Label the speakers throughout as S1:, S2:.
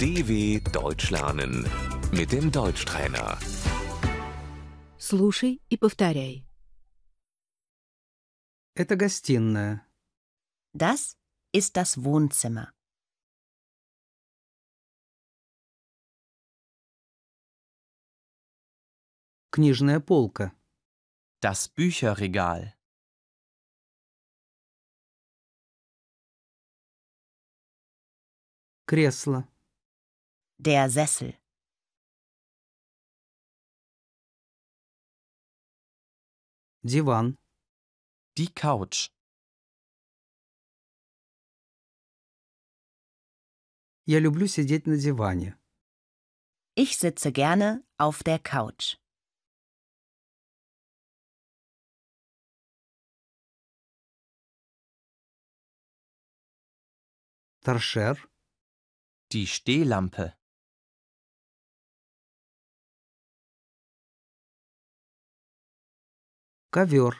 S1: DW Deutsch lernen mit dem Deutschtrainer.
S2: Слушай и повторяй.
S3: Это гостиная.
S4: Das ist das Wohnzimmer.
S3: Книжная полка.
S5: Das Bücherregal.
S3: Кресло.
S4: Der Sessel.
S3: Диван.
S5: Die Couch.
S3: Я люблю сидеть на диване.
S4: Ich sitze gerne auf der Couch.
S3: Торшер.
S5: Die Stehlampe.
S3: Ковер.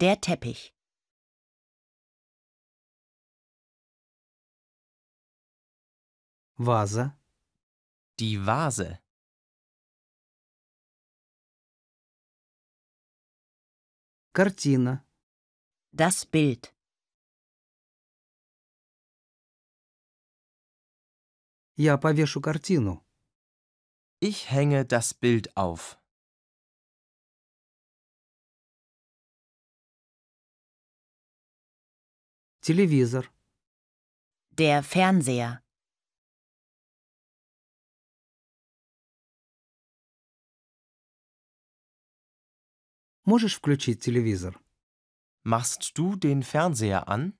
S4: Der Teppich.
S3: Ваза.
S5: Die Vase.
S3: Картина.
S4: Das Bild.
S3: Я повешу картину.
S5: Ich hänge das Bild auf.
S3: Телевизор.
S4: Der Fernseher.
S3: Можешь включить телевизор?
S5: Machst du den Fernseher an?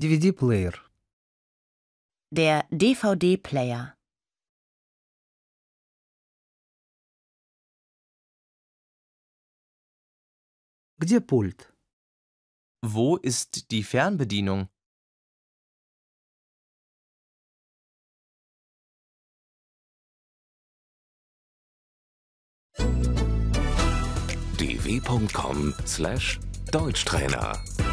S3: DVD-плеер.
S4: Der DVD-Player.
S3: Где пульт?
S5: Wo ist die Fernbedienung?
S1: dw.com/deutschtrainer